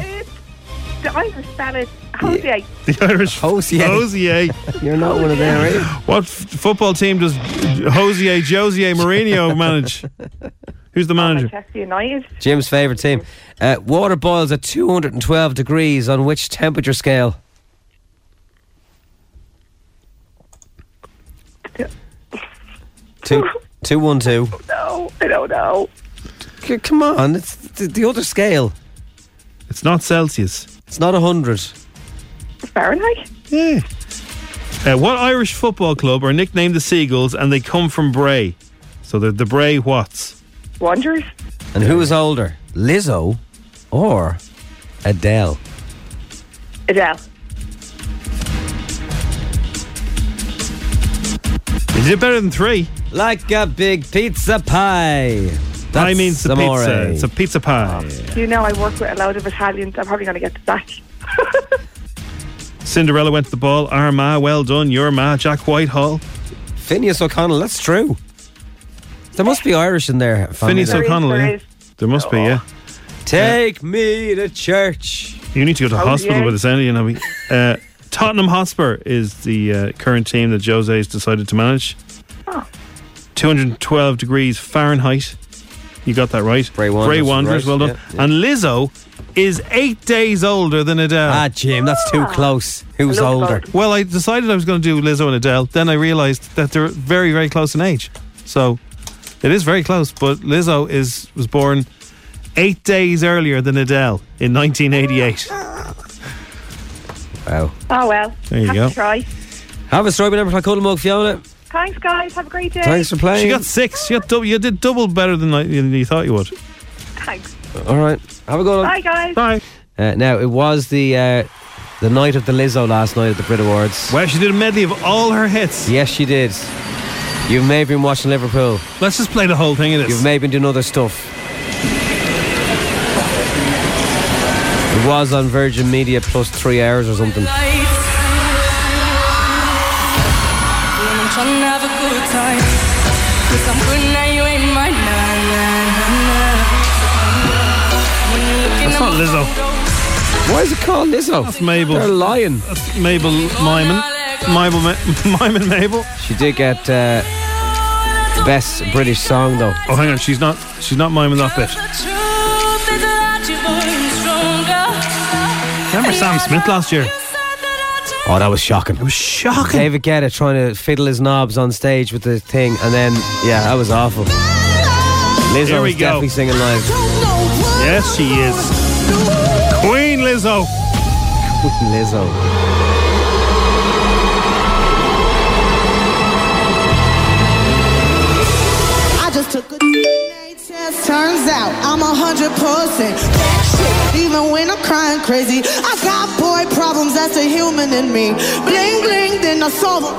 F: The Irish ballad, Jose.
E: The Irish
D: Hosier.
E: Hosier.
D: You're not one of them, are you?
E: What f- football team does Hosier Jose Mourinho manage? Who's the manager?
F: Manchester United.
D: Jim's favourite team. Uh, water boils at 212 degrees on which temperature scale? Two, two, one, two.
F: No, I don't know.
D: C- Come on, it's the, the other scale.
E: It's not Celsius.
D: It's not 100.
F: Fahrenheit.
E: Yeah. Uh, what Irish football club are nicknamed the Seagulls and they come from Bray? So they're the Bray Watts.
F: Wanderers.
D: And who is older, Lizzo or Adele?
F: Adele.
E: You did better than three.
D: Like a big pizza pie.
E: Pie means the
D: amore.
E: pizza. It's a pizza pie.
D: Ah.
F: You know, I work with a load of Italians. I'm probably going to get this back.
E: Cinderella went to the ball. Our ma, well done. Your ma, Jack Whitehall.
D: Phineas O'Connell, that's true. There must be Irish in there.
E: Phineas O'Connell, yeah. There must be, yeah.
D: Take me to church.
E: You need to go to
D: Oh,
E: hospital
D: yeah.
E: with this, you know. Uh, Tottenham Hotspur is the uh, current team that Jose has decided to manage. 212 degrees Fahrenheit. You got that right. Bray
D: Wanderers,
E: Wanderers,
D: right,
E: well done.
D: yeah, yeah.
E: And Lizzo is eight days older than Adele. Ah,
D: Jim, that's too close. Who's
E: Look,
D: older?
E: Well, I decided I was going to do Lizzo and Adele. Then I realised that they're very, very close in age. So it is very close. But Lizzo is was born eight days earlier than Adele in 1988.
D: Wow.
F: Oh, well.
E: There you
F: have
E: go.
F: To try.
D: Have a strawberry number cuddle mug, Fiona.
F: Thanks, guys. Have a great day.
E: She got six. You, got double, you did double better than I- than you thought you would.
F: Thanks.
D: All right. Have a good one.
F: Bye, guys.
E: Bye.
D: Uh, now, it was the uh, the night of the Lizzo last night at the Brit Awards.
E: Well, she did a medley of all her hits.
D: Yes, she did. You may have been watching Liverpool.
E: Let's just play the whole thing of this.
D: You may have been doing other stuff. It was on Virgin Media plus three hours or something.
W: Well, I'm trying to have a good time. Cause I'm good now, you ain't mine. Nah, nah, nah, nah. When you look in
E: That's
W: the
E: not Lizzo.
D: Why is it called Lizzo?
E: That's Mabel.
D: They're lying.
E: That's Mabel Myman. Mabel, Ma- *laughs* Myman Mabel.
D: She did get uh, best British song though.
E: Oh, hang on. She's not. She's not miming that bit.
W: truth is that you're growing stronger.
E: Remember Sam Smith last year?
D: Oh, that was shocking. It was
E: shocking.
D: David Guetta trying to fiddle his knobs on stage with the thing, and then yeah, that was awful. Lizzo
E: Here we
D: is
E: go.
D: definitely singing live.
E: Yes, she is. Queen Lizzo.
D: Lizzo.
Q: I just took a DNA test. Turns out I'm a hundred percent. bad shit. Even when I'm crying crazy, I got boy problems. That's a human in me. Bling bling, then I solve 'em.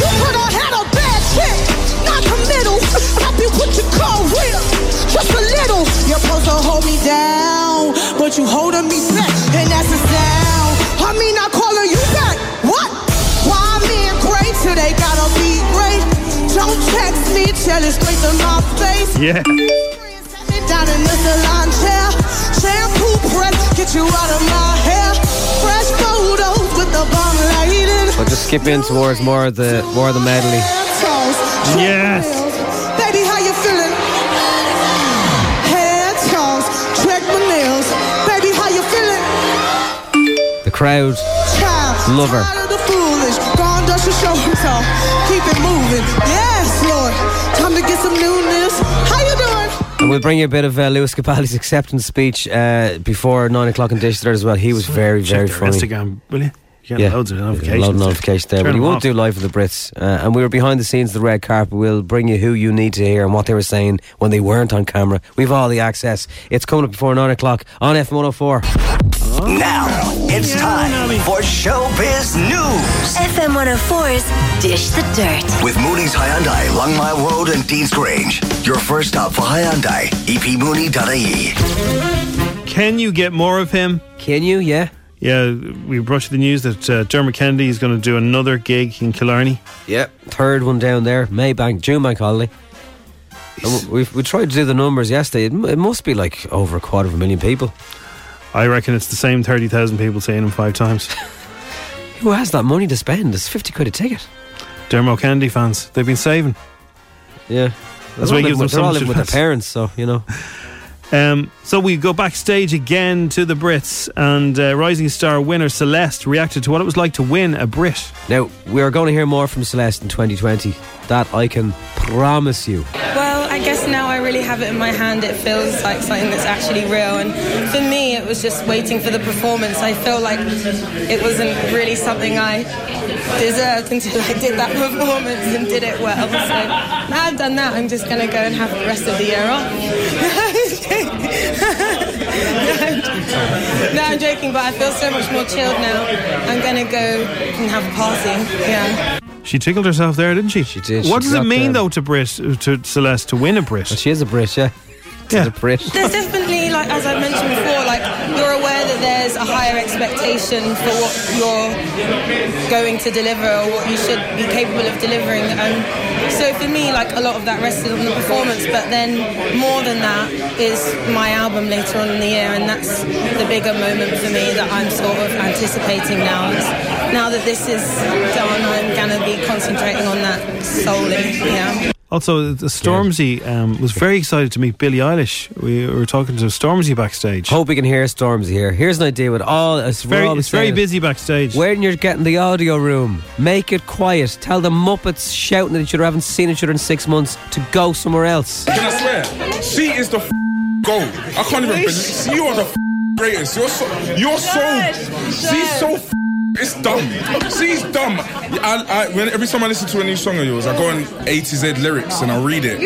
Q: You put a head on bad shit, not committal. Help you with your career, just a little. You're supposed to hold me down, but you holding me back, and that's a sound. I mean, I'm calling you back. What? Why men great till they gotta be great? Don't text me, tell it straight to my face.
E: Yeah.
Q: Sit down in the salon chair, shampoo press, get you out of my hair. Fresh photos with the bomb lighting.
D: But just skip in towards more of the more of the medley.
Q: Yes. Baby, how you feeling? Hair toss, check my nails. Baby, how you feeling?
D: The crowd
Q: Child,
D: love her.
Q: tired of the foolish. Gone, dust your shoulders off. Keep it moving. Yes, Lord. Time to get some newness. How you doing?
D: And we'll bring you a bit of uh, Lewis Capaldi's acceptance speech uh, before nine o'clock in Dish there as well. He was very, very
E: Check their
D: funny.
E: Instagram, will you? You get loads of notifications.
D: A lot of notifications there.
E: Turn
D: But he
E: them
D: won't
E: off.
D: do live with the Brits. Uh, and we were behind the scenes, the red carpet. We'll bring you who you need to hear and what they were saying when they weren't on camera. We've all the access. It's coming up before nine o'clock on F104.
B: Now it's time for Showbiz News
C: FM 104's Dish the Dirt.
B: with Mooney's Hyundai, Longmire Road, and Dean's Grange. Your first stop for Hyundai, E epmooney.ie.
E: Can you get more of him?
D: Can you? Yeah.
E: Yeah, we brought you the news that uh, Dermot Kennedy is going to do another gig in Killarney.
D: Yep. Third one down there, Maybank, June Bank Holiday. And we- we, we tried to do the numbers yesterday. It, m- it must be like over a quarter of a million people.
E: I reckon it's the same 30,000 people seeing him five times.
D: *laughs* Who has that money to spend? It's 50 quid a ticket.
E: Dermot Kennedy fans, they've been saving.
D: Yeah.
E: That's
D: They're all
E: why
D: living with-
E: it gives them
D: they're
E: so
D: all
E: much
D: living with their
E: advance.
D: parents, so, you know.
E: *laughs* Um, so we go backstage again to the Brits, and uh, Rising Star winner Celeste reacted to what it was like to win a Brit.
D: Now, we are going to hear more from Celeste in 2020. That I can promise you.
G: Well, I guess now I really have it in my hand, it feels like something that's actually real. And for me, it was just waiting for the performance. I feel like it wasn't really something I deserved until I did that *laughs* performance and did it well. So now I've done that, I'm just going to go and have the rest of the year off. *laughs* no, I'm joking, but I feel so much more chilled now. I'm going to go and have a party. Yeah.
E: She tickled herself there, didn't she? She did. What
D: She
E: does it
D: got
E: mean,
D: there.
E: though, to Brit, uh, to Celeste, to win a Brit? she
D: is a Brit, yeah.
E: Yeah. *laughs*
G: There's definitely, like as I mentioned before, like you're aware that there's a higher expectation for what you're going to deliver or what you should be capable of delivering. And so for me, like a lot of that rested on the performance, but then more than that is my album later on in the year, and that's the bigger moment for me that I'm sort of anticipating now. It's, now that this is done, I'm gonna be concentrating on that solely. Yeah.
E: Also, the Stormzy um, was very excited to meet Billie Eilish. We were talking to Stormzy backstage.
D: Hope we can hear Stormzy here. Here's an idea with all. It's
E: Very- it's very busy backstage.
D: When you're getting the audio room, make it quiet. Tell the Muppets shouting at each other, haven't seen each other in six months, to go somewhere else.
H: Can I swear? She is the f- gold. I can't even believe you are the f- greatest. You're so you're so she's so f- it's dumb. She's dumb. I, I, when every time I listen to a new song of yours, I go on A to Z lyrics and I read it,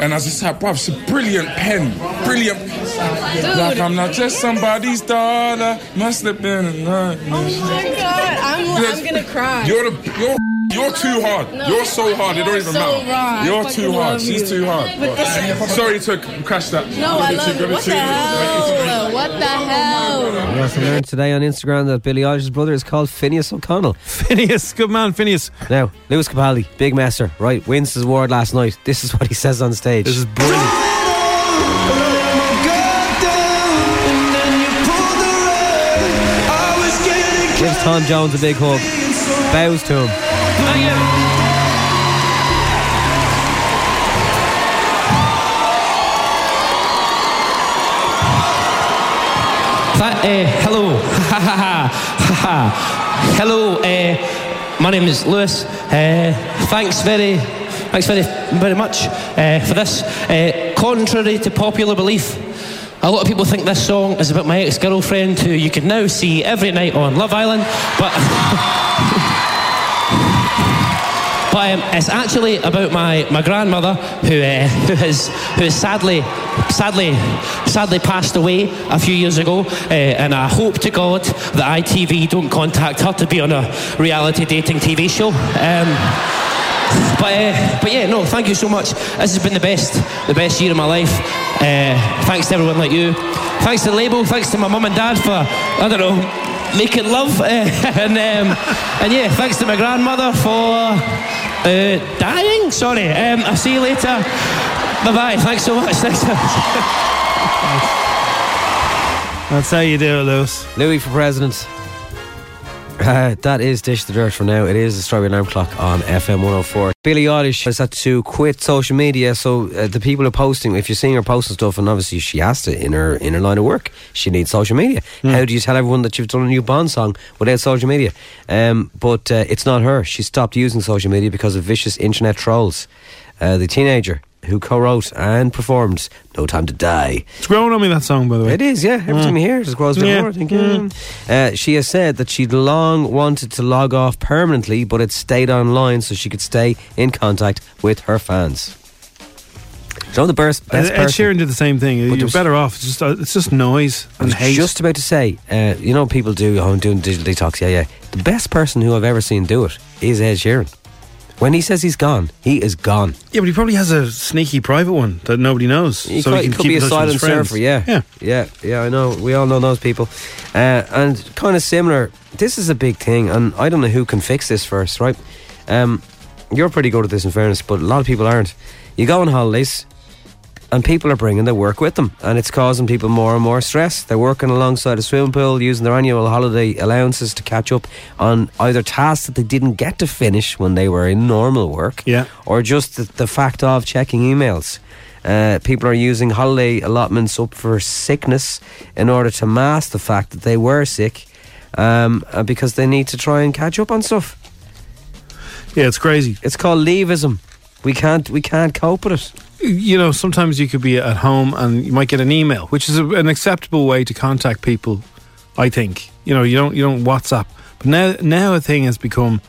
H: and I just like, bruv, she's a brilliant pen, brilliant. Like
R: Oh
H: I'm not just somebody's daughter, must have been. a night.
G: Oh my god, I'm, I'm gonna cry.
H: You're the you're you're too hard.
G: No,
H: you're so hard. It don't
G: you're
H: even
G: so
H: matter.
G: wrong. I
H: You're
G: fucking
H: too hard.
G: love
H: She's
G: you.
H: too hard.
G: But this-
H: Sorry to crash that.
G: No, I love it. What the hell? What the hell?
D: We also learned today on Instagram that Billy Eilish's brother is called Phineas O'Connell.
E: Phineas, good man, Phineas.
D: Now, Lewis Capaldi, big messer, right? Wins his award last night. This is what he says on stage. This is
E: brilliant.
D: Gives Tom Jones a big hug, bows to him.
K: That, eh, hello. *laughs* Ha ha ha. Ha ha. Hello. eh, my name is Lewis. Eh, thanks very, thanks very, very much eh, for this. Eh, contrary to popular belief, a lot of people think this song is about my ex-girlfriend, who you can now see every night on Love Island, but. *laughs* But um, it's actually about my, my grandmother who, uh, *laughs* who has who has sadly sadly sadly passed away a few years ago, uh, and I hope to God that ITV don't contact her to be on a reality dating TV show. Um, but uh, but yeah, no, thank you so much. This has been the best the best year of my life. Uh, thanks to everyone like you. Thanks to the label. Thanks to my mum and dad for I don't know making love. *laughs* Uh, and um, and yeah, thanks to my grandmother for uh, dying. Sorry. Um, I'll see you later. Bye bye. Thanks so much. *laughs* Thanks. So much.
E: That's how you do it, Lewis.
D: Louis for president. Uh, that is Dish the Dirt for now. It is the Strawberry Alarm Clock on FM 104. Billie Eilish has had to quit social media, so uh, the people are posting, if you're seeing her posting stuff, and obviously she has to in her in her line of work, she needs social media.
E: Hmm.
D: How do you tell everyone that you've done a new Bond song without social media? Um, but uh, it's not her. She stopped using social media because of vicious internet trolls. Uh, the teenager who co wrote and performed No Time to Die
E: It's growing on me, that song, by the way. Hmm.
D: It is, yeah. Every time you hear it, it grows a bit more, I think, yeah. Uh, she has said that she'd long wanted to log off permanently, but it stayed online so she could stay in contact with her fans. So the best,
E: Ed,
D: best
E: Ed
D: person.
E: Sheeran did the same thing.
D: there
E: You're
D: was-
E: better off. It's just, uh, it's just noise
D: I
E: and
D: was
E: hate.
D: just about to say, uh, you know, people do. Oh, I'm doing digital detox. Yeah, yeah. The best person who I've ever seen do it is Ed Sheeran. When he says he's gone, he is gone.
E: yeah, but he probably has a sneaky private one that nobody knows.
D: He
E: so
D: could,
E: he can
D: could
E: keep
D: be a
E: in touch with
D: silent
E: his friends.
D: surfer, yeah. yeah. Yeah, I know. We all know those people. Uh, and kind of similar, this is a big thing, and I don't know who can fix this first, right? Um, you're pretty good at this, in fairness, but a lot of people aren't. You go on holidays, and people are bringing their work with them, and it's causing people more and more stress. They're working alongside a swimming pool, using their annual holiday allowances to catch up on either tasks that they didn't get to finish when they were in normal work, yeah, or just the, the fact of checking emails. Uh, people are using holiday allotments up for sickness in order to mask the fact that they were sick, um, uh, because they need to try and catch up on stuff.
E: Yeah, it's crazy.
D: It's called leavism. We can't we can't cope with it.
E: you know, sometimes you could be at home and you might get an email, which is a, an acceptable way to contact people. I think you know you don't you don't WhatsApp, but now now a thing has become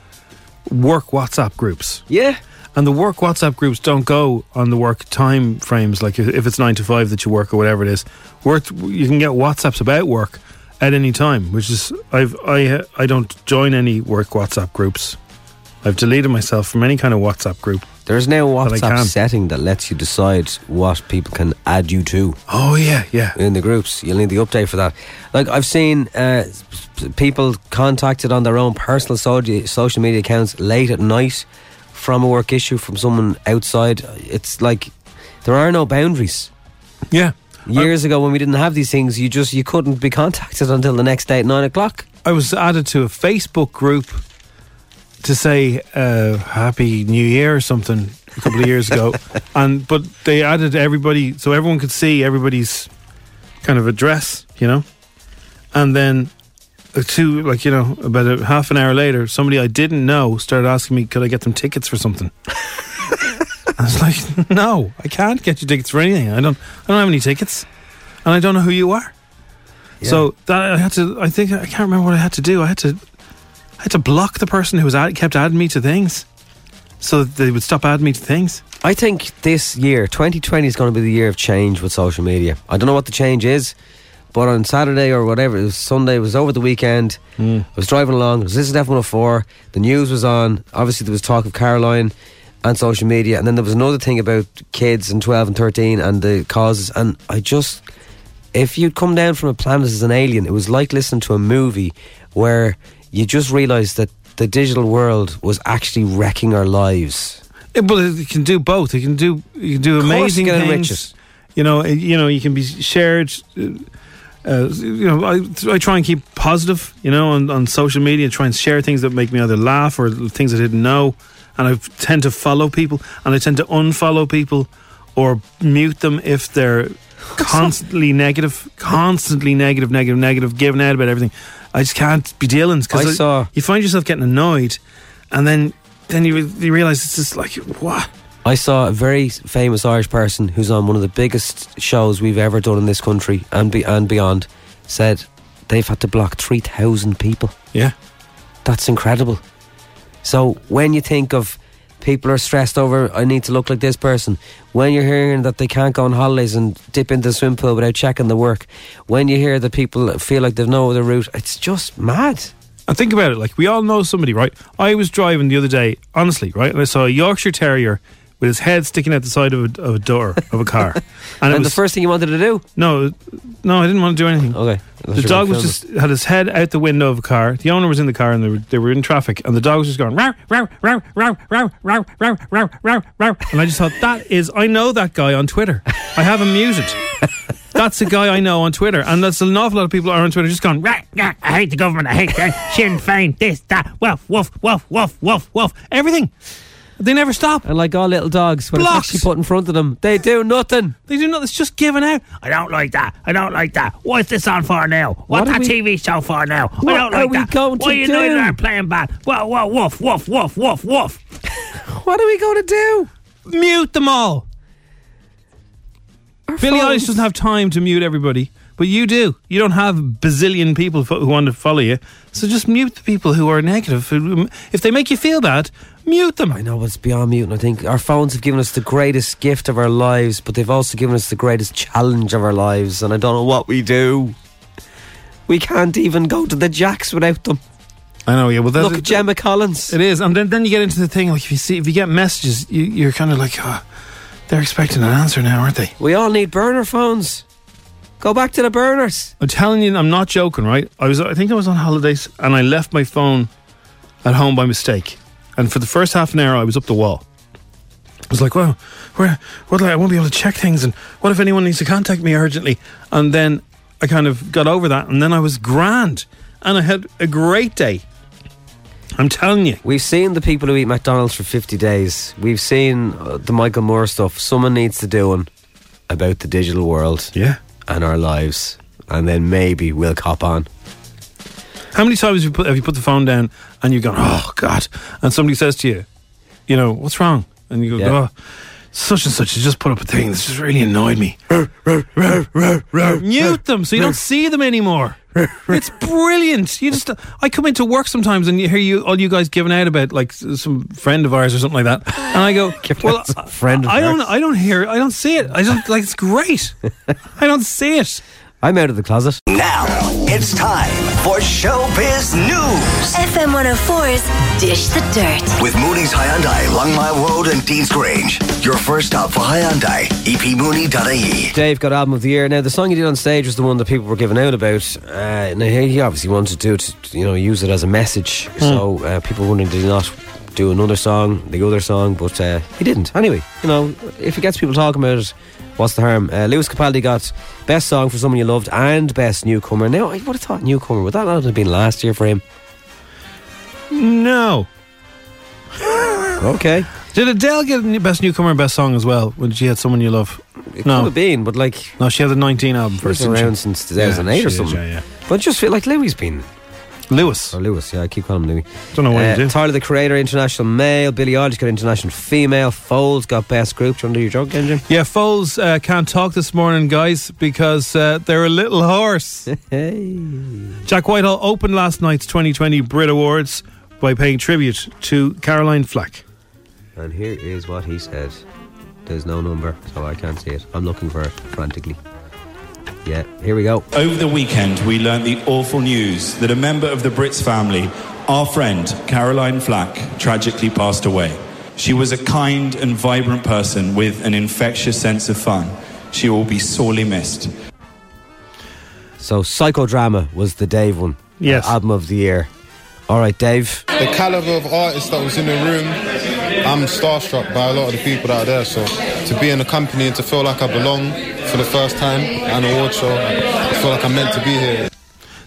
E: work WhatsApp groups.
D: Yeah,
E: and the work WhatsApp groups don't go on the work time frames. Like if- if it's nine to five that you work or whatever it is, work you can get WhatsApps about work at any time, which is I've I I don't join any work WhatsApp groups. I've deleted myself from any kind of WhatsApp group.
D: There's now a
E: But I
D: WhatsApp
E: can.
D: setting that lets you decide what people can add you to.
E: Oh yeah, yeah.
D: In the groups, you'll need the update for that. Like I've seen uh, s- s- people contacted on their own personal so- social media accounts late at night from a work issue from someone outside. It's like there are no boundaries.
E: Yeah.
D: Years ago, when we didn't have these things, you just you couldn't be contacted until the next day at nine o'clock.
E: I was added to a Facebook group to say uh, Happy New Year or something a couple of years *laughs* ago, and but they added everybody so everyone could see everybody's kind of address, you know, and then uh, two like you know about a half an hour later, somebody I didn't know started asking me, could I get them tickets for *laughs* something? I was like, no, I can't get you tickets for anything. I don't, I don't have any tickets, and I don't know who you are. So that I had to. I think I can't remember what I had to do. I had to. I had to block the person who was ad, kept adding me to things, so that they would stop adding me to things.
D: I think this year, 2020, is going to be the year of change with social media. I don't know what the change is, but on Saturday or whatever, it was Sunday, it was over the weekend. I was driving along, it was this is F104, the news was on. Obviously, there was talk of Caroline and social media, and then there was another thing about kids and 12 and 13 and the causes. And I just, if you'd come down from a planet as an alien, it was like listening to a movie where you just realised that the digital world was actually wrecking our lives.
E: Yeah, Eh, but it can do both. It can do you can do
D: Of course
E: amazing
D: it can
E: things.
D: enrich us.
E: You know, uh, you know, you can be shared. uh, Uh, you know, I, I try and keep positive. You know, on, on social media, try and share things that make me either laugh or things I didn't know. And I tend to follow people, and I tend to unfollow people or mute them if
D: *laughs*
E: they're constantly negative, constantly negative, negative, negative, giving out about everything. I just can't be dealing because
D: I saw-
E: you find yourself getting annoyed, and then then you, re- you realize it's just like what.
D: I saw a very famous Irish person who's on one of the biggest shows we've ever done in this country and be- and beyond said they've had to block 3,000 people.
E: Yeah.
D: That's incredible. So when you think of people are stressed over, I need to look like this person, when you're hearing that they can't go on holidays and dip into the swim pool without checking the work, when you hear that people feel like they've no other route, it's just mad.
E: And think about it, like we all know somebody, right? I was driving the other day, honestly, right, and I saw a Yorkshire Terrier with his head sticking out the side of a, of a door of
D: *laughs*
E: a car.
D: And the first thing you wanted to do?
E: No, no, I didn't want to do anything.
D: Okay.
E: The dog was just had his head out the window of a car. The owner was in the car, and they were, they were in traffic. And the dog was just going row, row, row, row, row, row, row, row, row, row. And I just thought that is I know that guy on Twitter. I have him muted.
D: *laughs*
E: That's a guy I know on Twitter, and that's an awful lot of people are on Twitter just going rah, rah, I hate the government. I hate that Sinn Fein. This that woof woof woof woof woof woof everything. They never stop.
D: And like all little dogs, when
E: Blocks.
D: it's actually put in front of them, they do nothing.
E: They do not. It's just giving out.
J: I don't like that. I don't like that. What's this on for now?
D: What
J: What's
D: are
J: that
D: we-
J: TV show for now?
D: What
J: I don't
D: are
J: like
D: we
J: that.
D: going to
J: Why you
D: do?
J: doing that playing bad? Whoa, whoa, woof, woof, woof, woof, woof.
D: *laughs* What are we going to do?
E: Mute them all. Billy Eilish doesn't have time to mute everybody, but you do. You don't have bazillion people fo- who want to follow you, so just mute the people who are negative. who- If they make you feel bad, mute them. I
D: know, but it's beyond muting. I think our phones have given us the greatest gift of our lives, but they've also given us the greatest challenge of our lives, and I don't know what we do. We can't even go to the Jacks without them.
E: I know, yeah. Well,
D: look at Gemma Collins.
E: It is, and then then you get into the thing like if you see if you get messages, you, you're kind of like, oh, they're expecting an answer now, aren't they?
D: We all need burner phones. Go back to the burners.
E: I'm telling you, I'm not joking, right? I was, I think I was on holidays, and I left my phone at home by mistake. And for the first half an hour, I was up the wall. I was like, "Wow, where? What? I won't be able to check things, and what if anyone needs to contact me urgently?" And then I kind of got over that, and then I was grand, and I had a great day. I'm telling you.
D: We've seen the people who eat McDonald's for 50 days. We've seen uh, the Michael Moore stuff. Someone needs to do one about the digital world
E: yeah.
D: and our lives. And then maybe we'll cop on. *laughs*
E: How many times have you put, have you put the phone down and you've gone, oh, God, and somebody says to you, you know, what's wrong? And you go,
D: Yeah.
E: oh, such and such has just put up a thing that's just really annoyed me. Mute them so you don't see them anymore. It's brilliant. You just I come into work sometimes and you hear you all you guys giving out about like s- some friend of ours or something like that, and
D: *laughs*
E: I go, well,
D: friend of
E: I don't,
D: ours.
E: I don't hear, it. I don't see it. I don't like. It's great. I don't see it.
D: I'm out of the closet.
B: Now it's time for Showbiz News.
C: FM 104's Dish the Dirt.
B: With Mooney's Hyundai, Long Mile Road, and Dean's Grange. Your first stop for Hyundai, E epmooney.ie.
D: Dave got album of the year. Now the song he did on stage was the one that people were giving out about. Uh, now he he obviously wanted to, to, you know, use it as a message.
E: Hmm.
D: So uh, people were wondering did he not do another song, the other song, but uh, he didn't. Anyway, you know, if it gets people talking about it, what's the harm? Uh, Lewis Capaldi got best song for someone you loved and best newcomer. Now I would have thought newcomer would that not have been last year for him?
E: No.
D: *laughs* Okay.
E: Did Adele get n- best newcomer and best song as well when she had someone you love?
D: It could have been, but like
E: no, she had the 19 album first.
D: been
E: didn't she?
D: around since 2008
E: Yeah,
D: or
E: she
D: something.
E: Did, yeah, yeah.
D: But I just feel like Louis has been.
E: Lewis.
D: Or Lewis, yeah, I keep calling him Louis. Uh,
E: Don't know why you do.
D: Tyler the Creator, International Male. Billy Eilish got International Female. Foles got Best Group. Do you want to do your joke, again, Jim?
E: Yeah, Foles uh, can't talk this morning, guys, because uh, they're a
D: *laughs*
E: little horse. Jack Whitehall opened last night's 2020 Brit Awards by paying tribute to Caroline Flack.
D: And here is what he said. There's no number, so I can't see it. I'm looking for it frantically. Yeah, here we go.
O: Over the weekend, we learnt the awful news that a member of the Brits family, our friend Caroline Flack, tragically passed away. She was a kind and vibrant person with an infectious sense of fun. She will be sorely missed.
D: So, Psychodrama was the Dave one.
O: Yes.
D: album of the year. All right, Dave.
X: The caliber of artists that was in the room, I'm starstruck by a lot of the people that are there. So to be in the company and to feel like I belong for the first time at an award show, I feel like I'm meant to be here.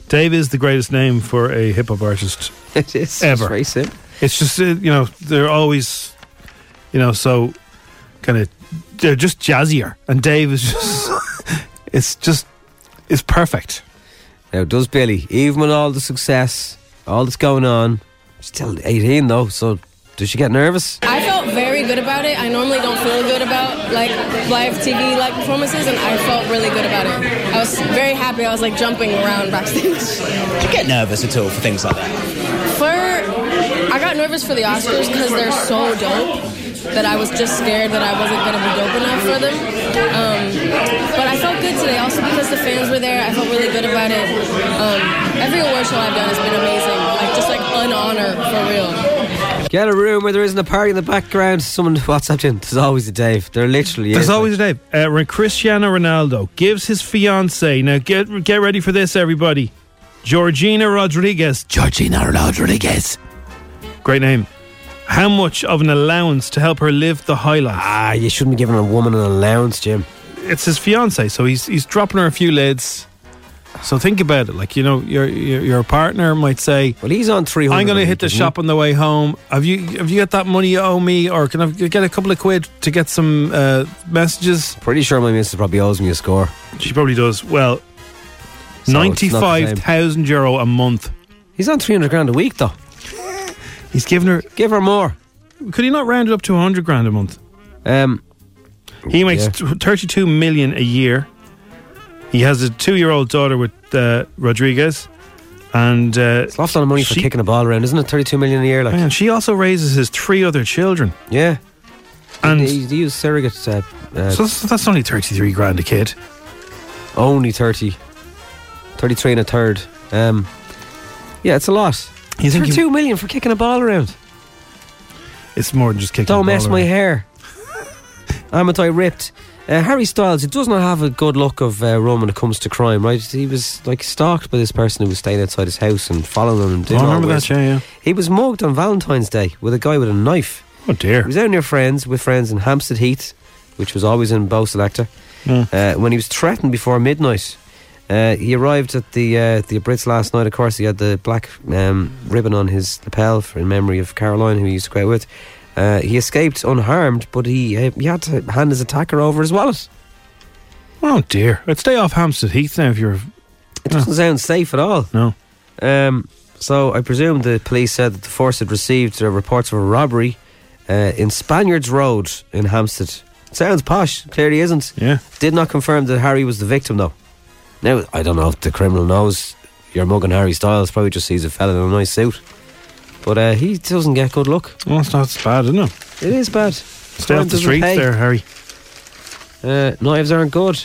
E: Dave is the greatest name for a hip hop artist.
D: *laughs* It is
E: ever. It's
D: very
E: It's just uh, you know they're always, you know, so kind of they're just jazzier, and Dave is just *laughs* it's just it's perfect.
D: Now, does Billy, even with all the success, all that's going on, still 18 though, so does she get nervous?
R: I felt very good about it. I normally don't feel good about like live TV like performances, and I felt really good about it. I was very happy. I was like jumping around backstage. *laughs*
S: Do you get nervous at all for things like that?
R: For I got nervous for the Oscars because they're so dope that I was just scared that I wasn't gonna be dope enough for them. Um, but I felt good today, also because the fans were there. I felt really good about it. Um, every award show I've done has been amazing, like just like an honor for real.
D: Get a room where there isn't a party in the background. Someone WhatsApp in. There's always a Dave. There literally is.
E: There's always a Dave. Uh, when Cristiano Ronaldo gives his fiance now get get ready for this, everybody. Georgina Rodriguez. Georgina Rodriguez. Great name. How much of an allowance to help her live the high life?
D: Ah, you shouldn't be giving a woman an allowance, Jim.
E: It's his fiance, so he's he's dropping her a few lids. So think about it. Like you know, your your, your partner might say,
D: "Well, he's on three.
E: I'm going
D: a
E: to
D: week,
E: hit the
D: isn't
E: shop on the way home. Have you have you got that money you owe me, or can I get a couple of quid to get some uh, messages?"
D: Pretty sure my missus probably owes me a score.
E: She probably does. Well,
D: So it's not the
E: ninety-five thousand euro a month.
D: He's on three hundred grand a week, though.
E: He's giving her.
D: Give her more.
E: Could he not round it up to hundred grand a month?
D: Um,
E: he makes
D: yeah.
E: t- thirty-two million a year. He has a two-year-old daughter with uh, Rodriguez, and uh, it's
D: lots of money for kicking a ball around, isn't it? Thirty-two million a year, like.
E: Man, she also raises his three other children.
D: Yeah,
E: and
D: they, they use surrogates. Uh, uh,
E: so that's, that's only thirty-three grand a kid.
D: Only 30. 33 and a third. Um, yeah, it's a lot.
E: You think
D: for
E: you-
D: two million for kicking a ball around.
E: It's more than just kicking.
D: Don't
E: a ball
D: mess my
E: around. *laughs*
D: hair. I'm a tie ripped. Uh, Harry Styles, it does not have a good look of uh, run when it comes to crime, right? He was like stalked by this person who was staying outside his house and following him. And
E: Oh,
D: doing
E: I
D: all
E: remember
D: this.
E: that, yeah, yeah.
D: He was mugged on Valentine's Day with a guy with a knife.
E: Oh dear.
D: He was out near friends with friends in Hampstead Heath, which was always in Bow Selector.
E: Yeah.
D: Uh, when he was threatened before midnight, uh, he arrived at the uh, the Brits last night. Of course, he had the black um, ribbon on his lapel for in memory of Caroline, who he used to go out with. Uh, he escaped unharmed, but he uh, he had to hand his attacker over his wallet.
E: Oh dear! I'd stay off Hampstead Heath now if you're.
D: It doesn't sound safe at all.
E: No.
D: Um, so I presume the police said that the force had received uh, reports of a robbery uh, in Spaniards Road in Hampstead Sounds posh. Clearly isn't. Yeah. Did not confirm that Harry was the victim, though. Now, I don't know if the criminal knows you're mugging Harry Styles. Probably just sees a fella in a nice suit. But uh, he doesn't get good luck.
E: Well, it's not as bad, isn't it?
D: It is bad.
E: Stay off the streets there, Harry.
D: Uh, knives aren't good.